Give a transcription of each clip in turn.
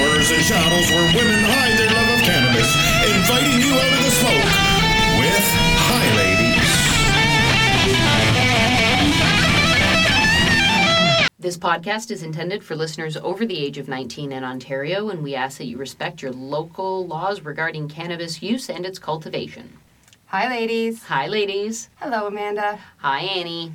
shadows where women hide their love of cannabis, inviting you out of the smoke with High Ladies. This podcast is intended for listeners over the age of 19 in Ontario, and we ask that you respect your local laws regarding cannabis use and its cultivation. Hi, ladies. Hi, ladies. Hello, Amanda. Hi, Annie.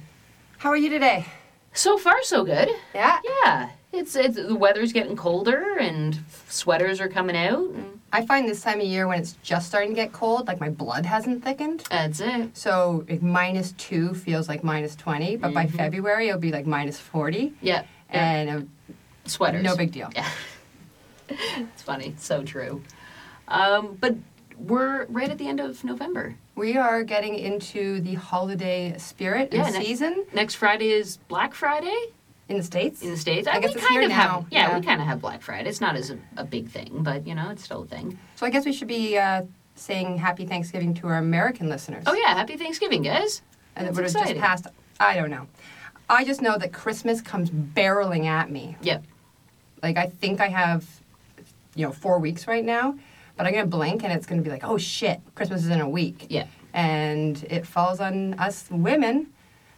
How are you today? So far, so good. Yeah, Yeah, it's, it's the weather's getting colder, and sweaters are coming out. And I find this time of year when it's just starting to get cold, like my blood hasn't thickened. that's it. So like minus two feels like minus 20, but by February it'll be like minus 40. Mm-hmm. Yeah, yeah. And uh, sweaters. Eh, no big deal. Yeah. it's funny. So true. Um, but we're right at the end of November. We are getting into the holiday spirit Yeah, and and I- season Next Friday is Black Friday. in the States. in the states. I I, guess we it's kind here of now. have, yeah, we Yeah. kind of have Black Friday. It's not as a, a big thing, but you know, it's still a thing. So I guess we should be uh, saying happy Thanksgiving to our American listeners. Oh yeah, happy Thanksgiving, guys! And it That's would have just exciting. passed. I don't know. I just know that Christmas comes barreling at me. Yep. Like I think I have, you know, four weeks right now, but I'm gonna blink and it's gonna be like, oh shit, Christmas is in a week. Yeah. And it falls on us women,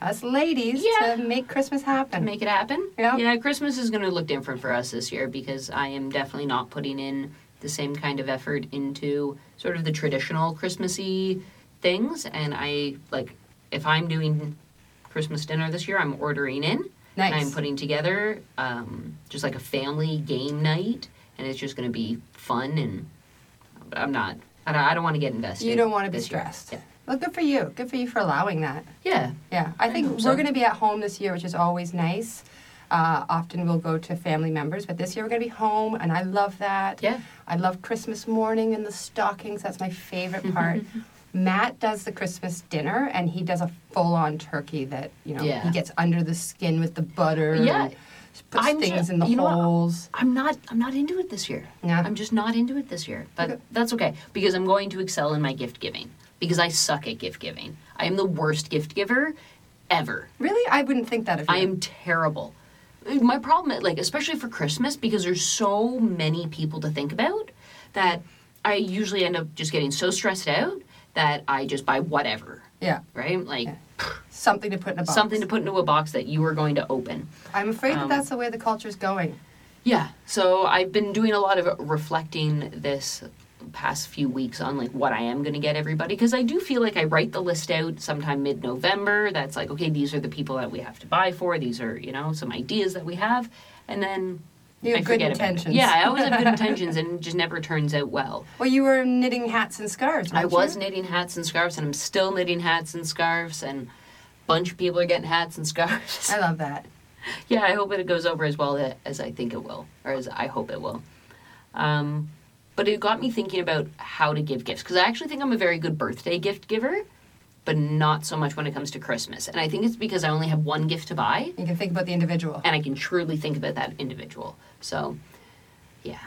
us ladies, Yeah. to make Christmas happen. Make it happen. Yeah. Yeah. Christmas is going to look different for us this year because I am definitely not putting in the same kind of effort into sort of the traditional Christmassy things, and I like if I'm doing Christmas dinner this year, I'm ordering in. And Nice. I'm putting together um, just like a family game night, and it's just going to be fun. And but I'm not. I don't, I don't want to get invested. you don't want to be this year. stressed. Yeah. Well, good for you. Good for you for allowing that. Yeah. Yeah, I I think hope we're so. going to be at home this year, which is always nice. Uh, often we'll go to family members, but this year we're going to be home, and I love that. Yeah. I love Christmas morning and the stockings. That's my favorite part. Matt does the Christmas dinner, and he does a full-on turkey that you know he Yeah. gets under the skin with the butter. Yeah. and puts I'm things ju- in the you know what? holes. I'm not. I'm not into it this year. Yeah. I'm just not into it this year. But Okay. that's okay because I'm going to excel in my gift giving because I suck at gift giving. I am the worst gift giver ever. Really, I wouldn't think that of you. I am terrible. My problem, like especially for Christmas, because there's so many people to think about that I usually end up just getting so stressed out that I just buy whatever. yeah, Right? Like something to put in a box. something to put into a box that you are going to open. I'm afraid um, that that's the way the culture's going. Yeah. So I've been doing a lot of reflecting this past few weeks on like what I am going to get everybody because I do feel like I write the list out sometime mid-November. That's like okay, these are the people that we have to buy for. These are you know some ideas that we have, and then You have I good forget about it. intentions. Yeah, I always have good intentions, and it just never turns out well. Well, you were knitting hats and scarves. I weren't was you? knitting hats and scarves, and I'm still knitting hats and scarves, and a bunch of people are getting hats and scarves. I love that. yeah, I hope it goes over as well as I think it will, or as I hope it will. Um, but it got me thinking about how to give gifts because I actually think I'm a very good birthday gift giver, but not so much when it comes to Christmas. And I think it's because I only have one gift to buy, You can think about the individual. and I can truly think about that individual. So, yeah,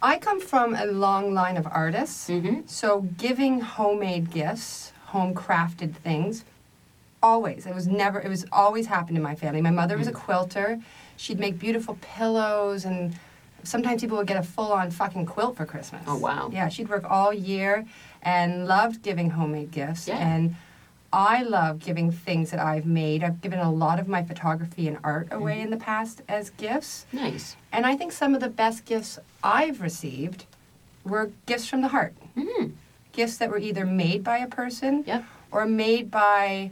I come from a long line of artists, Mhm. so giving homemade gifts, home crafted things, always. It was never. It was always happened in my family. My mother was Mm. a quilter. She'd make beautiful pillows, and sometimes people would get a full on fucking quilt for Christmas. Oh, wow. Yeah, she'd work all year, and loved giving homemade gifts. Yeah. And I love giving things that I've made. I've given a lot of my photography and art away Mm-hmm. in the past as gifts. nice. And I think some of the best gifts I've received were gifts from the heart. Mm, Gifts that were either made by a person yep. or made by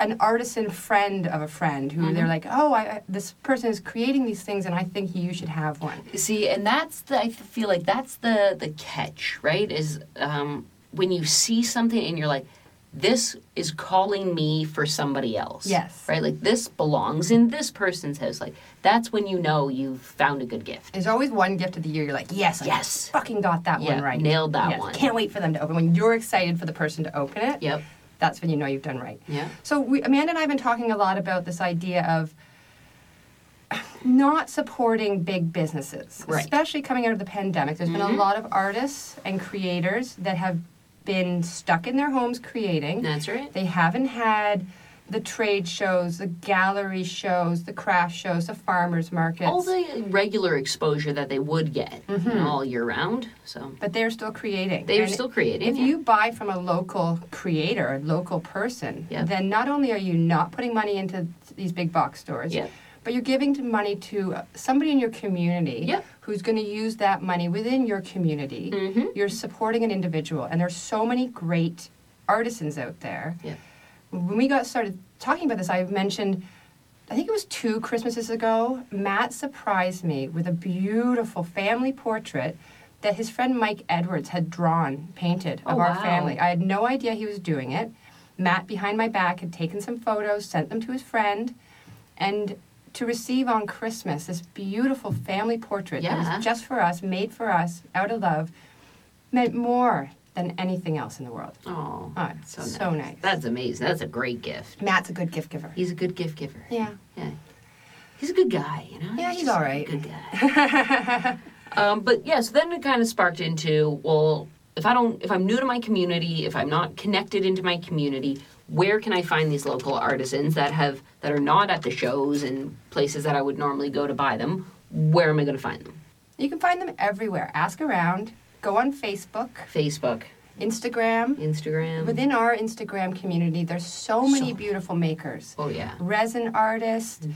an artisan friend of a friend who they're like, oh, I, I- this person is creating these things and I think you should have one. See, and that's the I feel like that's the the catch, right? Is um, when you see something and you're like, this is calling me for somebody else. Yes. Right. Like this belongs in this person's house. Like that's when you know you've found a good gift. There's always one gift of the year you're like, yes, I Yes. fucking got that Yeah, one right. nailed that Yes, one. Can't wait for them to open. When you're excited for the person to open it, Yep. that's when you know you've done right. Yeah. So we, Amanda and I have been talking a lot about this idea of not supporting big businesses, Right. Mm-hmm. especially coming out of the pandemic. There's been a lot of artists and creators that have been stuck in their homes creating. That's right. They haven't had the trade shows, the gallery shows, the craft shows, the farmers markets. all the regular exposure that they would get you know, Mm-hmm. all year round. So but they're still creating. they're And still creating. If yeah. you buy from a local creator, a local person, Yep. then not only are you not putting money into these big box stores, Yep. but you're giving to money to uh, somebody in your community Yep. who's going to use that money within your community. Mm-hmm. You're supporting an individual, and there's so many great artisans out there. Yep. When we got started talking about this, I mentioned. I think it was two Christmases ago, Matt surprised me with a beautiful family portrait that his friend Mike Edwards had drawn, painted of Oh, our wow. family. I had no idea he was doing it. Matt, behind my back, had taken some photos, sent them to his friend, and to receive on Christmas this beautiful family portrait that Yeah. was just for us, made for us, out of love, meant more than anything else in the world. oh, Oh, that's so, so nice. nice. That's amazing. That's a great gift. Matt's a good gift giver. He's a good gift giver. Yeah. Yeah. He's a good guy, you know? Yeah, he's just a all right. Good guy. um, but yes, then it kind of sparked into well, if I don't, if I'm new to my community, if I'm not connected into my community, where can I find these local artisans that have that are not at the shows and places that I would normally go to buy them? Where am I going to find them? You can find them everywhere. Ask around, go on Facebook, Facebook, Instagram. Instagram. Within our Instagram community, there's so many beautiful makers. oh yeah, Resin artists,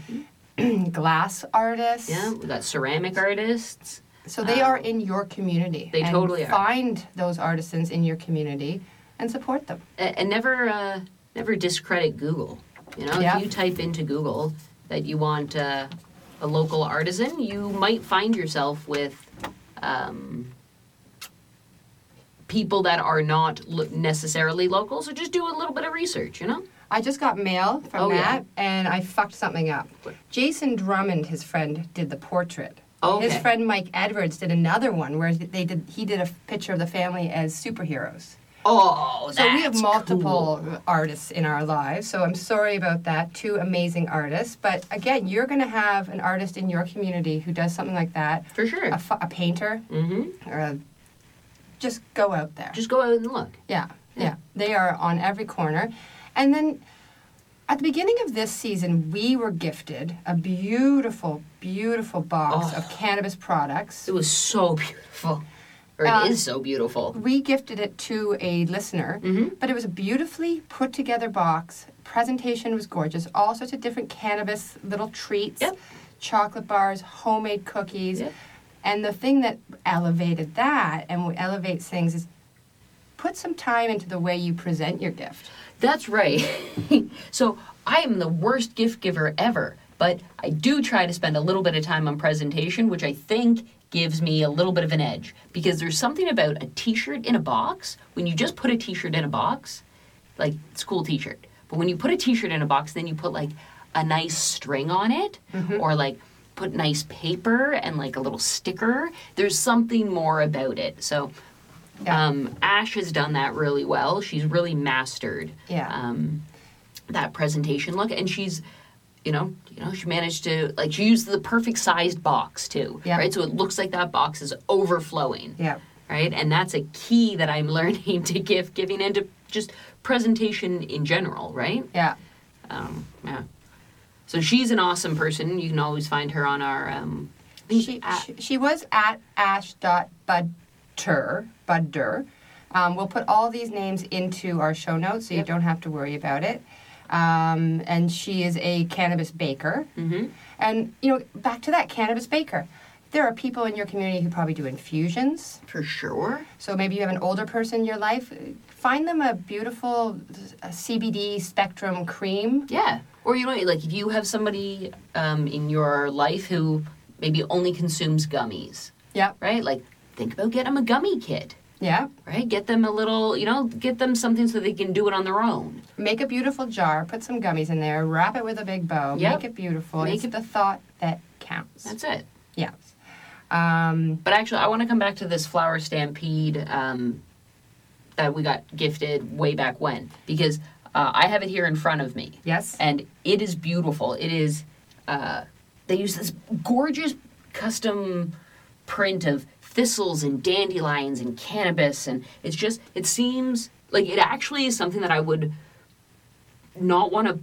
glass artists. Mm-hmm. yeah. We got ceramic artists. So they are in your community. They and totally are. Find those artisans in your community and support them. A- and never uh, never discredit Google. You know, Yeah. if you type into Google that you want uh, a local artisan, you might find yourself with um, people that are not lo- necessarily local. So just do a little bit of research. You know, I just got mail from Oh, yeah. that and I fucked something up. What? Jason Drummond, his friend, did the portrait. His Oh, Okay. friend Mike Edwards did another one where they did he did a picture of the family as superheroes. oh, So we have that's multiple cool. artists in our lives. So I'm sorry about that. Two amazing artists, but again, you're going to have an artist in your community who does something like that. for sure. A fu- a painter, mm-hmm. or a, just go out there. Just go out and look. yeah, yeah. They are on every corner, and then at the beginning of this season, we were gifted a beautiful, beautiful box Oh. of cannabis products. It was so beautiful, or Uh, it is so beautiful. We gifted it to a listener, Mm-hmm. but it was a beautifully put together box. Presentation was gorgeous. All sorts of different cannabis little treats, Yep. chocolate bars, homemade cookies. Yep. And the thing that elevated that and what elevates things is put some time into the way you present your gift. That's right. so I am the worst gift giver ever, but I do try to spend a little bit of time on presentation, which I think gives me a little bit of an edge because there's something about a t-shirt in a box when you just put a t-shirt in a box, like school t-shirt. But when you put a t-shirt in a box, then you put like a nice string on it or like put nice paper and like a little sticker. There's something more about it. So Yeah. um, Ash has done that really well. She's really mastered Yeah. um, that presentation look, and she's, you know, you know, she managed to like she used the perfect sized box too, Yeah. right? So it looks like that box is overflowing, Yeah. right? And that's a key that I'm learning to gift giving and to just presentation in general, right? Yeah. Um, yeah. So she's an awesome person. You can always find her on our. Um, I think She, at- she, she was at ash.budter. Budder. Um, we'll put all these names into our show notes so you don't have to worry about it. Um, and she is a cannabis baker. Mm-hmm. And, you know, back to that cannabis baker. There are people in your community who probably do infusions. for sure. So maybe you have an older person in your life. Find them a beautiful uh, CBD spectrum cream. Yeah. Or you know, like if you have somebody um, in your life who maybe only consumes gummies, Yep. right? Like think about getting them a gummy kit, Yep. right? Get them a little, you know, get them something so they can do it on their own. Make a beautiful jar, put some gummies in there, wrap it with a big bow, Yep. make it beautiful. Make it's it- the thought that counts. That's it. yeah. Um, But actually, I want to come back to this flower stampede um, that we got gifted way back when because uh, I have it here in front of me. yes. and it is beautiful. It is. Uh, they use this gorgeous custom print of thistles and dandelions and cannabis, and it's just. It seems like it actually is something that I would not want to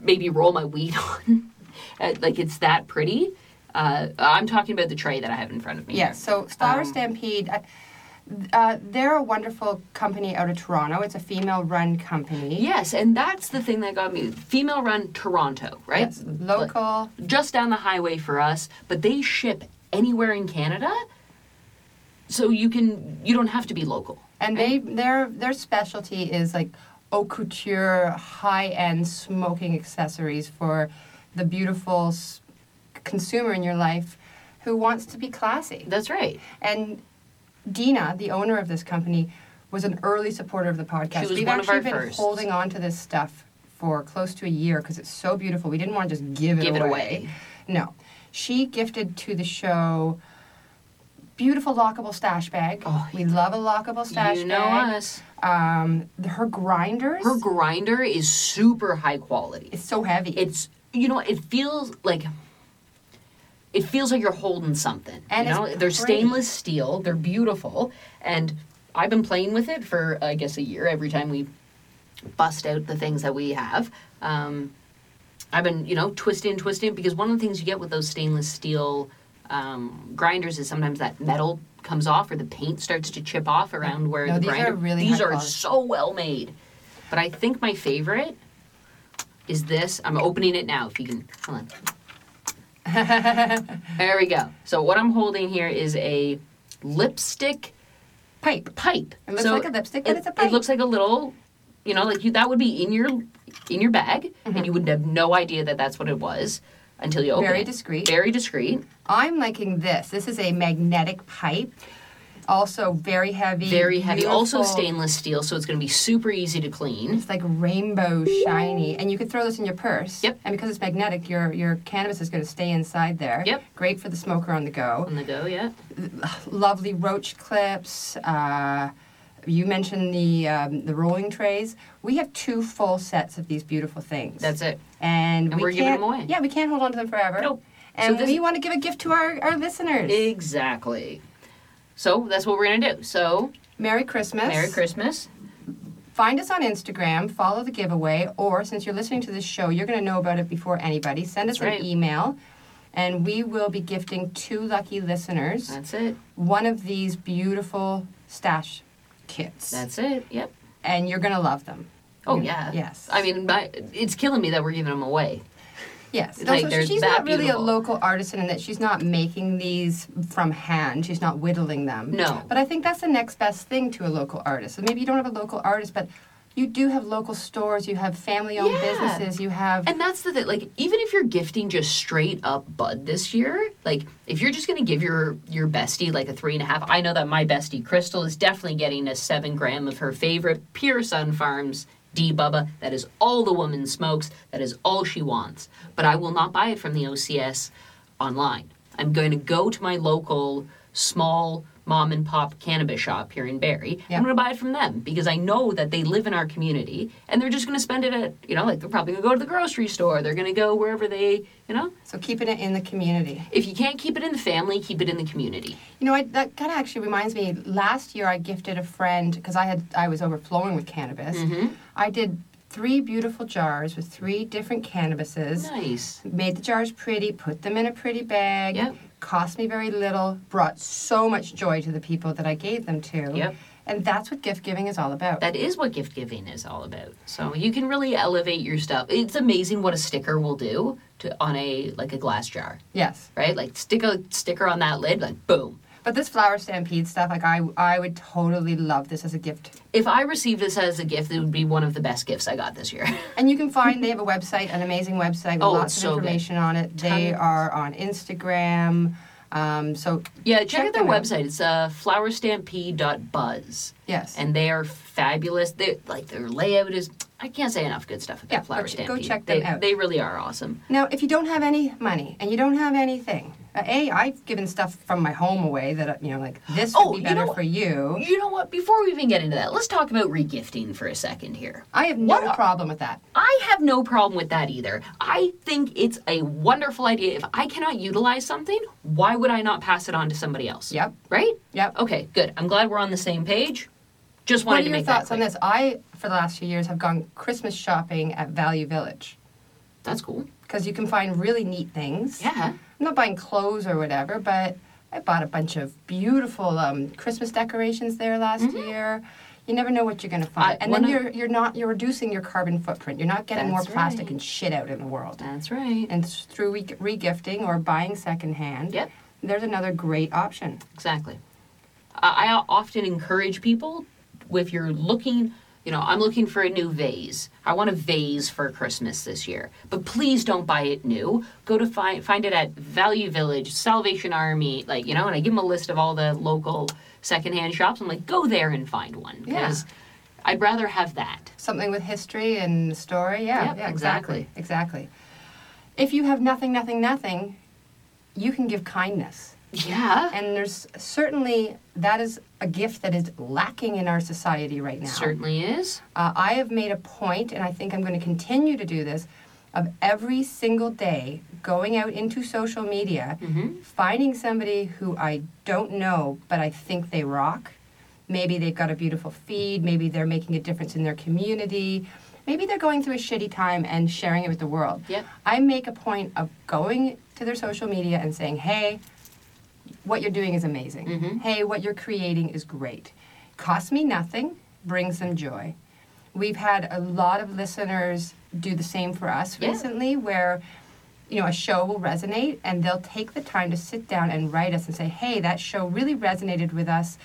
maybe roll my weed on. Uh, like it's that pretty. Uh, I'm talking about the tray that I have in front of me. Yeah, so um, Flower Stampede, I, uh, they're a wonderful company out of Toronto. It's a female run company. Yes, and that's the thing that got me. Female run Toronto, right? It's local. just down the highway for us, but they ship anywhere in Canada. So you can you don't have to be local. And they their their specialty is like haute couture, high end smoking accessories for the beautiful s- consumer in your life who wants to be classy. That's right. And Dina, the owner of this company, was an early supporter of the podcast. She was We've one of actually our been firsts. holding on to this stuff for close to a year because it's so beautiful. We didn't want to just give it Give it away. away. No. She gifted to the show beautiful lockable stash bag. Oh, we love a lockable stash you know bag. us. Um, th- her grinders. Her grinder is super high quality. it's so heavy. It's you know it feels like it feels like you're holding something. And you it's know? they're pretty. stainless steel. They're beautiful, and I've been playing with it for I guess a year. Every time we bust out the things that we have, um, I've been you know twisting, twisting because one of the things you get with those stainless steel um, grinders is sometimes that metal comes off or the paint starts to chip off around where No, the these are grinder. really these high are quality. so well made, but I think my favorite is this. I'm opening it now. If you can, hold on. there we go. So what I'm holding here is a lipstick pipe. pipe. It looks So like a lipstick, but it- it's a pipe. It looks like a little, you know, like you that would be in your in your bag, and you would have no idea that that's what it was until you open Mm-hmm. Very it. discreet. Very discreet. I'm liking this. This is a magnetic pipe. Also very heavy. Very heavy. Also beautiful. stainless steel, so it's going to be super easy to clean. It's like rainbow shiny, and you could throw this in your purse. Yep. And because it's magnetic, your your cannabis is going to stay inside there. Yep. Great for the smoker on the go. On the go, yeah. Lovely roach clips. Uh, you mentioned the um, the rolling trays. We have two full sets of these beautiful things. That's it. And, And we we're giving can't- them away. Yeah, we can't hold on to them forever. Nope. So And this- Eh. we want to give a gift to our, our listeners. Exactly. So that's what we're going to do. So Merry Christmas. Merry Christmas. Find us on Instagram, follow the giveaway, or since you're listening to this show, you're going to know about it before anybody. Send us That's right. an email, and we will be gifting two lucky listeners That's it. one of these beautiful stash kits. That's it. Yep. and you're going to love them. Oh You're- yeah. Yes. I mean, my, it's killing me that we're giving them away. yes. like, also, they're she's that not really beautiful. a local artisan in that she's not making these from hand, she's not whittling them. No. But I think that's the next best thing to a local artist. So maybe you don't have a local artist, but you do have local stores, you have family owned Yeah. businesses, you have. And that's the thing. Like, even if you're gifting just straight up bud this year, like if you're just gonna give your your bestie like a three and a half, I know that my bestie Crystal is definitely getting a seven gram of her favorite Pure Sun Farms D Bubba. That is all the woman smokes. That is all she wants. But I will not buy it from the OCS online. I'm going to go to my local small mom and pop cannabis shop here in Barrie. Yeah. I'm going to buy it from them because I know that they live in our community and they're just going to spend it at, you know, like they're probably going to go to the grocery store. They're going to go wherever they, you know. So keeping it in the community. If you can't keep it in the family, keep it in the community. You know, I, that kind of actually reminds me. Last year, I gifted a friend because I had I was overflowing with cannabis. Mm-hmm. I did three beautiful jars with three different cannabises. Nice. Made the jars pretty, put them in a pretty bag. Yep. Cost me very little. Brought so much joy to the people that I gave them to. Yep. And that's what gift giving is all about. That is what gift giving is all about. So you can really elevate your stuff. It's amazing what a sticker will do to on a like a glass jar, yes. right? Like stick a sticker on that lid, like boom. But this flower stampede stuff, like I I would totally love this as a gift. If I received this as a gift, it would be one of the best gifts I got this year. And you can find they have a website, an amazing website with Oh, it's lots of so good. information on it. They Tons. are on Instagram. Um, so Yeah, check, out their them website. It's uh, flowerstampede.buzz. Yes. And they are fabulous. They like their layout is I can't say enough good stuff about Yeah, go Flower ch- go Stampede. check they, them out. They really are awesome. Now, if you don't have any money and you don't have anything, uh, a I've given stuff from my home away that uh, you know, like this would Oh, be you better know- for you. You know what? Before we even get into that, let's talk about regifting for a second here. I have no What are- problem with that. I have no problem with that either. I think it's a wonderful idea. If I cannot utilize something, why would I not pass it on to somebody else? Yep. Right? Yep. Okay, good. I'm glad we're on the same page. Just What wanted are Oh, to your make thoughts that on clear. this? I, for the last few years, have gone Christmas shopping at Value Village. That's cool. because you can find really neat things. Yeah. I'm not buying clothes or whatever, but I bought a bunch of beautiful um, Christmas decorations there last Mm-hmm. year. You never know what you're going to find, and one then of- you're you're not you're reducing your carbon footprint. You're not getting more That's plastic right. and shit out in the world. That's right. And s- through re- regifting or buying secondhand, Yep. there's another great option. Exactly. I I often encourage people if you're looking, you know, I'm looking for a new vase. I want a vase for Christmas this year, but please don't buy it new. Go to find find it at Value Village, Salvation Army, like you know. And I give them a list of all the local secondhand shops. I'm like, go there and find one because I'd rather have that. Something with history and story. Yeah, Yep, yeah, exactly. exactly, exactly. If you have nothing, nothing, nothing, you can give kindness. Yeah, And there's certainly that is a gift that is lacking in our society right now. certainly is. Uh, I have made a point, and I think I'm going to continue to do this, of every single day going out into social media, finding somebody who I don't know, but I think they rock. Maybe they've got a beautiful feed, maybe they're making a difference in their community, maybe they're going through a shitty time and sharing it with the world. Yep. I make a point of going to their social media and saying, hey, what you're doing is amazing. Hey, what you're creating is great. Costs me nothing, brings them joy. We've had a lot of listeners do the same for us Yeah. recently where you know a show will resonate and they'll take the time to sit down and write us and say, "Hey, that show really resonated with us.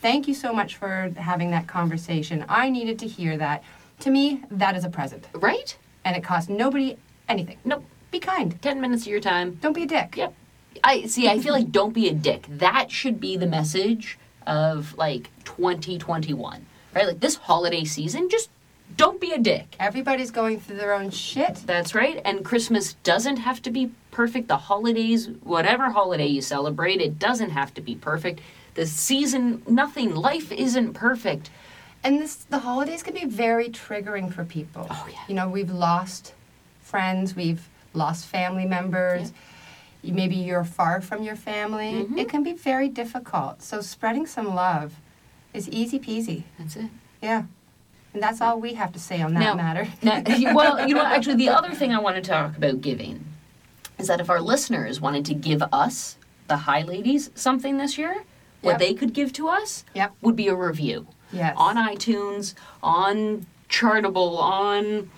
Thank you so much for having that conversation. I needed to hear that." To me, that is a present Right? and it costs nobody anything. Nope. Be kind. Ten minutes of your time. Don't be a dick. Yep. I see. I feel like don't be a dick. That should be the message of like 2021, right? Like this holiday season, just don't be a dick. Everybody's going through their own shit. That's right. And Christmas doesn't have to be perfect. The holidays, whatever holiday you celebrate, it doesn't have to be perfect. The season, nothing. Life isn't perfect. And this, the holidays can be very triggering for people. Oh, yeah. You know, we've lost friends, we've lost family members. You- Maybe you're far from your family. Mm-hmm. It can be very difficult. So spreading some love is easy peasy. That's it. Yeah. And that's all we have to say on that Now- matter. now- well, you know, actually, the other thing I want to talk about giving is that if our listeners wanted to give us, the High Ladies, something this year, what Yep. they could give to us Yep. would be a review. Yes. On iTunes, on Chartable, on,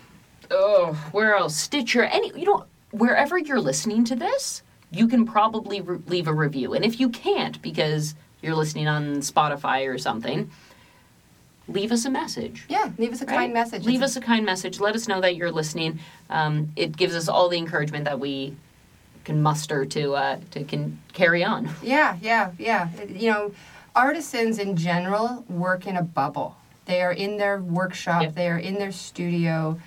oh, where else? Stitcher, any, you know, wherever you're listening to this, you can probably re- leave a review. And if you can't because you're listening on Spotify or something, leave us a message. Yeah, leave us a Right? kind message. Leave It's- us a kind message. Let us know that you're listening. Um, it gives us all the encouragement that we can muster to uh, to can carry on. Yeah, yeah, yeah. It- You know, artisans in general work in a bubble. They are in their workshop, Yep. they are in their studio,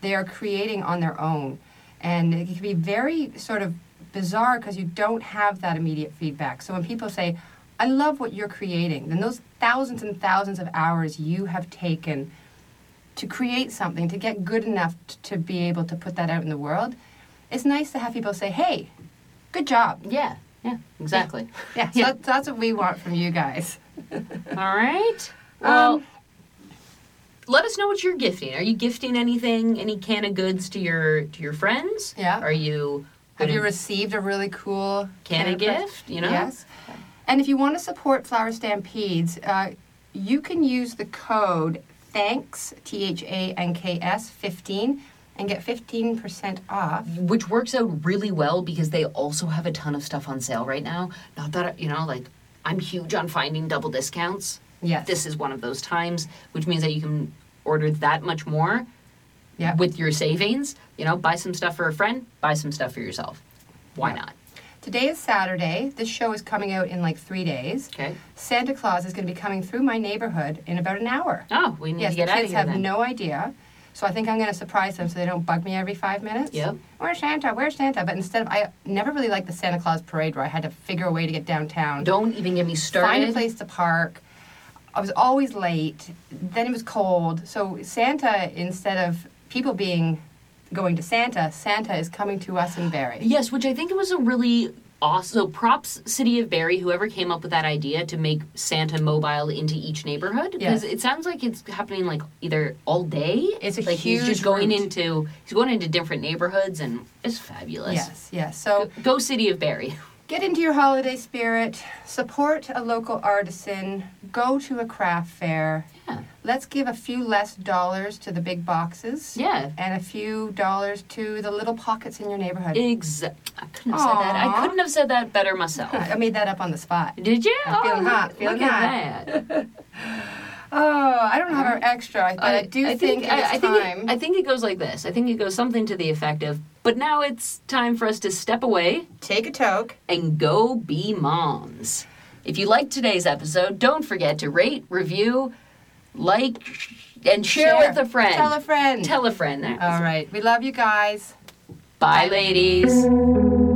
they are creating on their own. And it can be very sort of bizarre because you don't have that immediate feedback. So when people say, I love what you're creating, then those thousands and thousands of hours you have taken to create something, to get good enough t- to be able to put that out in the world, it's nice to have people say, hey, good job. Yeah, yeah, exactly. Yeah, so that, that's what we want from you guys. all right. Well, let us know what you're gifting. Are you gifting anything? Any can of goods to your to your friends? Yeah. Are you? Have you gonna received a really cool can a of press- gift? You know. Yes. And if you want to support Flower Stampedes, uh, you can use the code THANKS, T H A N K S, 15, and get 15% off. which works out really well because they also have a ton of stuff on sale right now. Not that you know, like I'm huge on finding double discounts. Yes. this is one of those times, which means that you can order that much more Yeah. with your savings. You know, buy some stuff for a friend, buy some stuff for yourself. Why not? Today is Saturday. This show is coming out in like three days. Okay. Santa Claus is going to be coming through my neighborhood in about an hour. Oh, we need Yes, to get the out of kids here have then. no idea. So I think I'm going to surprise them so they don't bug me every five minutes. Yep. Where's Santa? Where's Santa? But instead of, I never really liked the Santa Claus parade where I had to figure a way to get downtown, Don't even get me started. find a place to park. I was always late. Then it was cold. So Santa, instead of people being going to Santa, Santa is coming to us in Barrie. Yes, which I think it was a really also props city of barry whoever came up with that idea to make santa mobile into each neighborhood because Yes. it sounds like it's happening like either all day It's a like he's huge just going route. into he's going into different neighborhoods and it's fabulous Yes, yes. So go city of barry Get into your holiday spirit, support a local artisan, go to a craft fair. yeah Let's give a few less dollars to the big boxes. Yeah. And a few dollars to the little pockets in your neighborhood. Exa- I couldn't have said that. I Aw. couldn't have said that better myself. I made that up on the spot. Did you? I'm feeling oh, look- hot, feeling look at that. Oh, I don't have our extra, but I, do think, it is Uh-huh. I think time. it, I think it goes like this. I think it goes something to the effect of, but now it's time for us to step away Take a toke. and go be moms. If you liked today's episode, don't forget to rate, review, like, sh- and share, with a friend. Tell a friend. Tell a friend. That was All it. right. We love you guys. Bye, ladies.